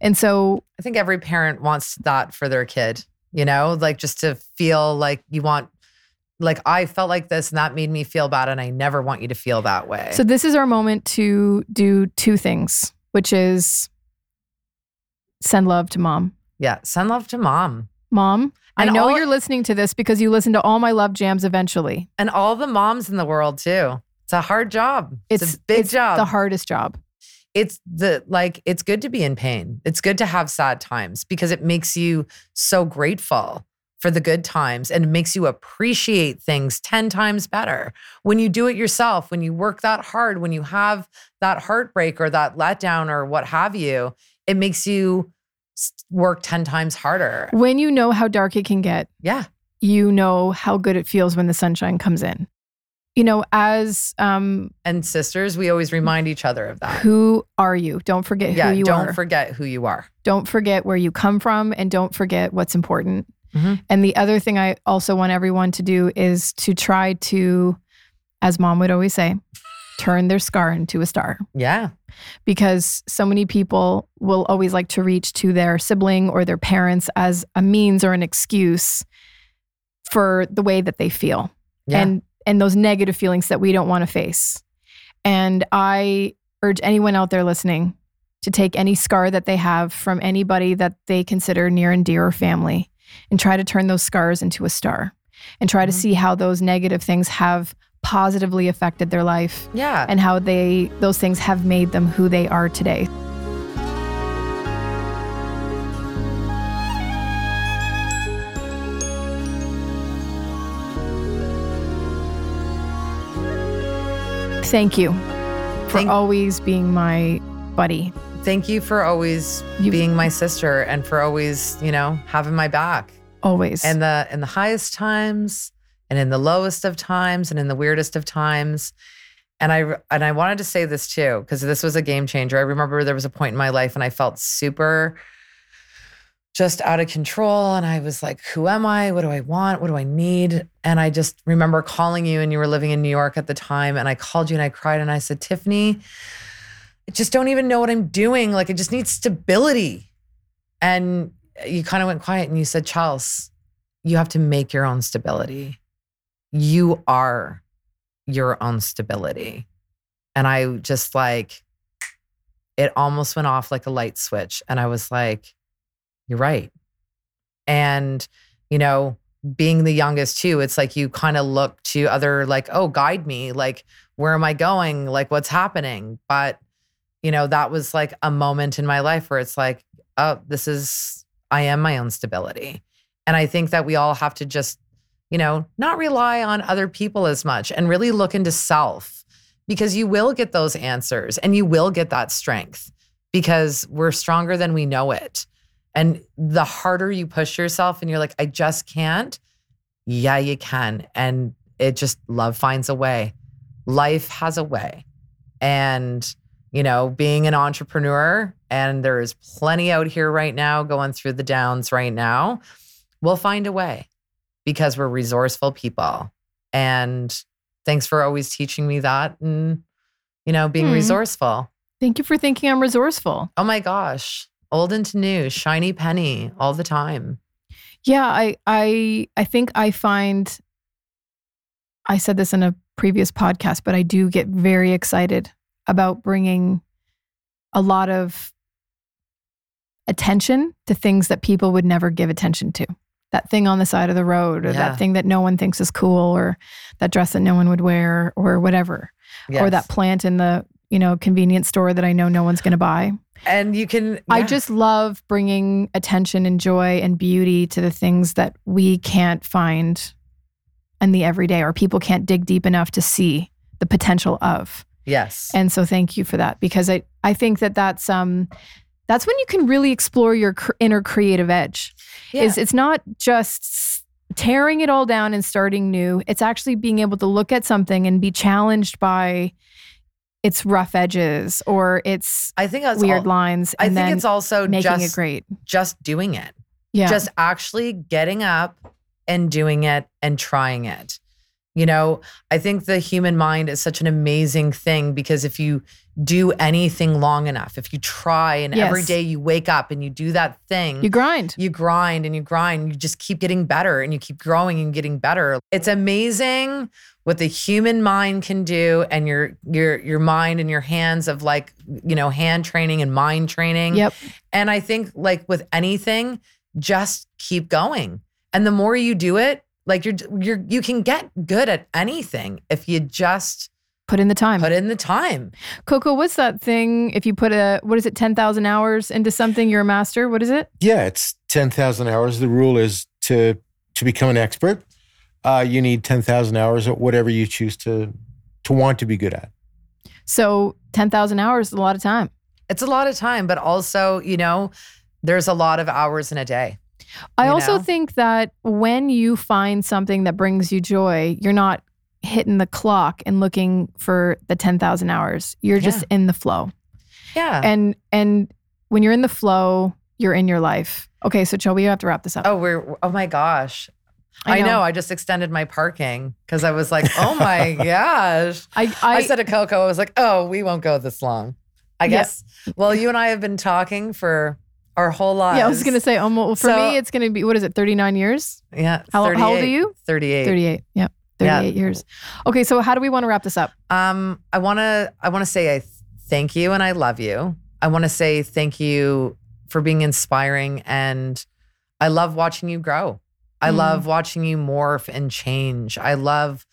And so I think every parent wants that for their kid. You know, like just to feel like you want. Like I felt like this, and that made me feel bad, and I never want you to feel that way. So this is our moment to do two things, which is send love to mom. yeah, send love to mom. Mom, I And know all- you're listening to this because you listen to all my love jams eventually. and all the moms in the world too. It's a hard job. It's, a big it's job. The hardest job. it's the like it's good to be in pain. It's good to have sad times because it makes you so grateful for the good times and it makes you appreciate things 10 times better. When you do it yourself, when you work that hard, when you have that heartbreak or that letdown or what have you, it makes you s- work 10 times harder. When you know how dark it can get, Yeah. you know how good it feels when the sunshine comes in. You know, as um, And sisters, we always remind each other of that. who are you? Don't forget yeah, who you don't are. forget who you are. don't forget where you come from and don't forget what's important. Mhm. And the other thing I also want everyone to do is to try to, as mom would always say, turn their scar into a star Yeah. because so many people will always like to reach to their sibling or their parents as a means or an excuse for the way that they feel Yeah. and and those negative feelings that we don't want to face. And I urge anyone out there listening to take any scar that they have from anybody that they consider near and dear or family and try to turn those scars into a star and try to Mhm. see how those negative things have positively affected their life yeah. and how they those things have made them who they are today. Thank you for Thank- always being my buddy. Thank you for always You- being my sister and for always, you know, having my back. Always. And the in the highest times and in the lowest of times and in the weirdest of times. And I and I wanted to say this too because this was a game changer. I remember there was a point in my life and I felt super just out of control and I was like, who am I? What do I want? What do I need? And I just remember calling you and you were living in New York at the time and I called you and I cried and I said, "Tiffany, I just don't even know what I'm doing. Like I just need stability." And you kind of went quiet and you said, Charles, you have to make your own stability. You are your own stability. And I just like, it almost went off like a light switch. And I was like, you're right. And, you know, being the youngest too, it's like you kind of look to other, like, oh, guide me. Like, where am I going? Like, what's happening? But, you know, that was like a moment in my life where it's like, oh, this is, I am my own stability. And I think that we all have to just, you know, not rely on other people as much and really look into self because you will get those answers and you will get that strength because we're stronger than we know it. And the harder you push yourself and you're like, I just can't, yeah, you can. And it just, love finds a way. Life has a way. And, you know, being an entrepreneur, and there is plenty out here right now going through the downs right now, we'll find a way because we're resourceful people. And thanks for always teaching me that and, you know, being Hmm. resourceful. Thank you for thinking I'm resourceful. Oh my gosh, old into new, shiny penny all the time. Yeah, I I I think I find I said this in a previous podcast, but I do get very excited about bringing a lot of attention to things that people would never give attention to. That thing on the side of the road or Yeah. that thing that no one thinks is cool or that dress that no one would wear or whatever or that plant in the, you know, convenience store that I know no one's going to buy. And you can. I yeah. just love bringing attention and joy and beauty to the things that we can't find in the everyday or people can't dig deep enough to see the potential of. Yes. And so thank you for that because I I think that that's um that's when you can really explore your cr- inner creative edge. Is it's not just s- tearing it all down and starting new. It's actually being able to look at something and be challenged by its rough edges or its I think that's weird all- lines I and think then it's also making just it great. just doing it. Yeah. Just actually getting up and doing it and trying it. You know, I think the human mind is such an amazing thing because if you do anything long enough, if you try and every Yes. day you wake up and you do that thing, you grind. you grind and you grind, you just keep getting better and you keep growing and getting better. It's amazing what the human mind can do and your your your mind and your hands of like, you know, hand training and mind training. Yep. And I think like with anything, just keep going. And the more you do it, like you're you're you can get good at anything if you just Put in the time. put in the time. Coco, what's that thing? If you put a, what is it, 10,000 hours into something, you're a master? What is it? Yeah, it's 10,000 hours. The rule is to to become an expert, uh, you need 10,000 hours at whatever you choose to to want to be good at. So 10,000 hours is a lot of time. It's a lot of time, but also, you know, there's a lot of hours in a day. I You also know? think that when you find something that brings you joy, you're not hitting the clock and looking for the 10,000 hours. You're just in the flow. Yeah. And, and when you're in the flow, you're in your life. Okay. So, Joe, we have to wrap this up. Oh, we're oh my gosh. I know. I just extended my parking because I was like, oh my gosh. I, I, I, said to Coco, I was like, oh, we won't go this long. I Yeah. guess. Well, you and I have been talking for our whole lives. yeah, I was going to say, almost, for So- me, it's going to be, what is it, 39 years? Yeah. How- how old are 38, you? 38. 38. Yep. Yeah. 38 years. Okay, so how do we want to wrap this up? Um, I want to I want to say I th- thank you and I love you. I want to say thank you for being inspiring and I love watching you grow. I Mm. love watching you morph and change. I love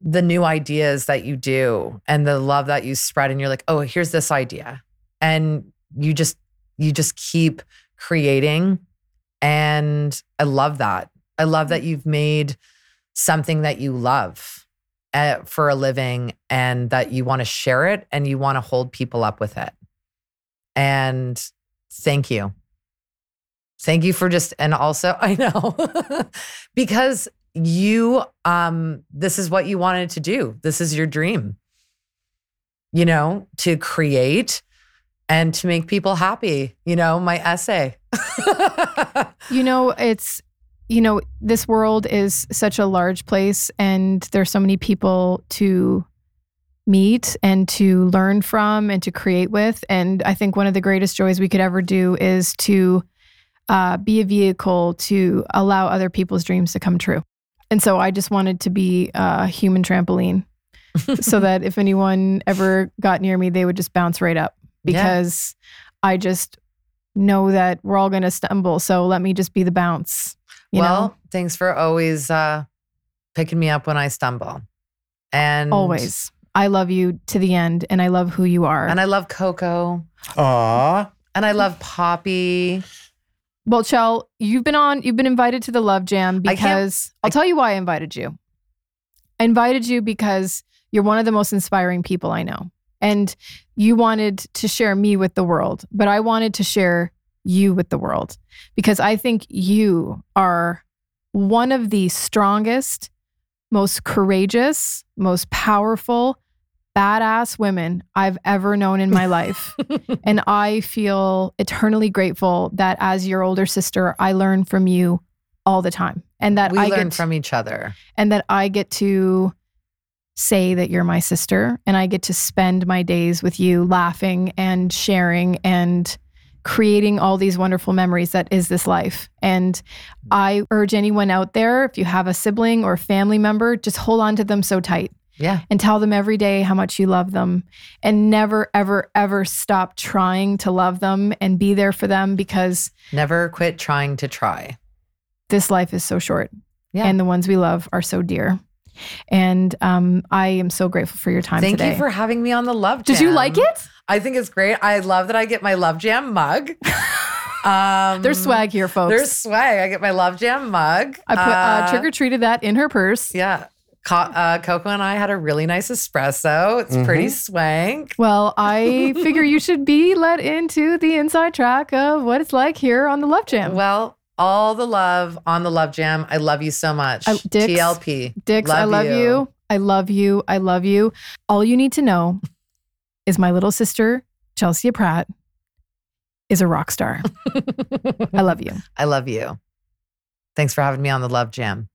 the new ideas that you do and the love that you spread and you're like, "Oh, here's this idea." And you just you just keep creating and I love that. I love that you've made something that you love uh, for a living and that you want to share it and you want to hold people up with it. And thank you. Thank you for just and also I know because you um this is what you wanted to do. This is your dream. You know, to create and to make people happy, you know, my essay. You know, it's you know, this world is such a large place and there's so many people to meet and to learn from and to create with and I think one of the greatest joys we could ever do is to uh, be a vehicle to allow other people's dreams to come true. And so I just wanted to be a human trampoline so that if anyone ever got near me, they would just bounce right up Yeah. because I just know that we're all going to stumble. So let me just be the bounce. You well, know, thanks for always uh, picking me up when I stumble. And always. I love you to the end and I love who you are. And I love Coco. Aw. And I love Poppy. well, Chell, you've been on, you've been invited to the Love Jam I can't- because I'll tell you why I invited you. I invited you because you're one of the most inspiring people I know. And you wanted to share me with the world, but I wanted to share you with the world because I think you are one of the strongest, most courageous, most powerful, badass women I've ever known in my life. and I feel eternally grateful that as your older sister, I learn from you all the time and that we I learn get from each other. and that I get to say that you're my sister and I get to spend my days with you laughing and sharing and creating all these wonderful memories that is this life. And I urge anyone out there, if you have a sibling or family member, just hold on to them so tight Yeah. and tell them every day how much you love them and never, ever, ever stop trying to love them and be there for them because Never quit trying to try. this life is so short. Yeah. And the ones we love are so dear. And um, I am so grateful for your time Thank today. you for having me on the Love Jam. Did you like it? I think it's great. I love that I get my Love Jam mug. um, There's swag here, folks. There's swag. I get my Love Jam mug. I put uh, Uh, trick or treated that in her purse. Yeah. Co- uh, Coco and I had a really nice espresso. It's pretty swank. Well, I figure you should be let into the inside track of what it's like here on the Love Jam. Well, all the love on the Love Jam. I love you so much. I- Dix, TLP. Dix, I love you. I love you. I love you. All you need to know is my little sister, Chelsea Pratt, is a rock star. I love you. I love you. Thanks for having me on the Love Jam.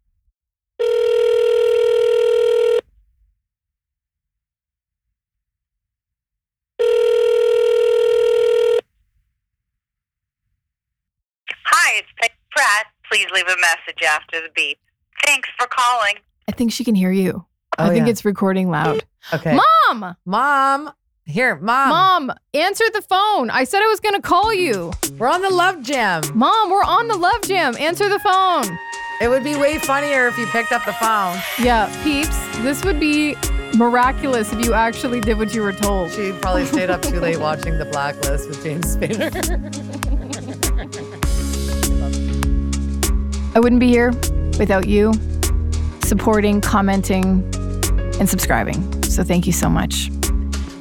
Hi, it's Peggy Pratt. Please leave a message after the beep. Thanks for calling. I think she can hear you. Oh, I think yeah. it's recording loud. Okay. Mom! Mom. Here, mom. Mom, answer the phone. I said I was going to call you. We're on the Love Jam. Mom, we're on the Love Jam. Answer the phone. It would be way funnier if you picked up the phone. Yeah, peeps, this would be miraculous if you actually did what you were told. She probably stayed up too late watching The Blacklist with James Spader. I wouldn't be here without you supporting, commenting, and subscribing. So thank you so much.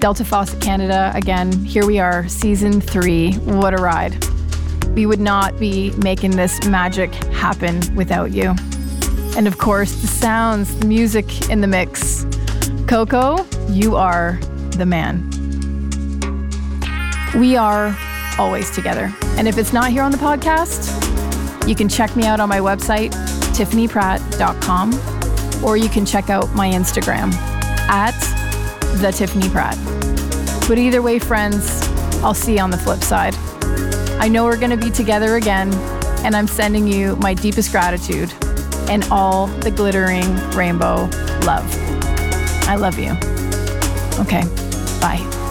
Delta Faucet Canada, again, here we are, season three. What a ride. We would not be making this magic happen without you. And of course, the sounds, the music in the mix. Coco, you are the man. We are always together. And if it's not here on the podcast, you can check me out on my website, tiffanypratt.com, or you can check out my Instagram at the Tiffany Pratt. But either way, friends, I'll see you on the flip side. I know we're going to be together again, and I'm sending you my deepest gratitude and all the glittering rainbow love. I love you. Okay, bye.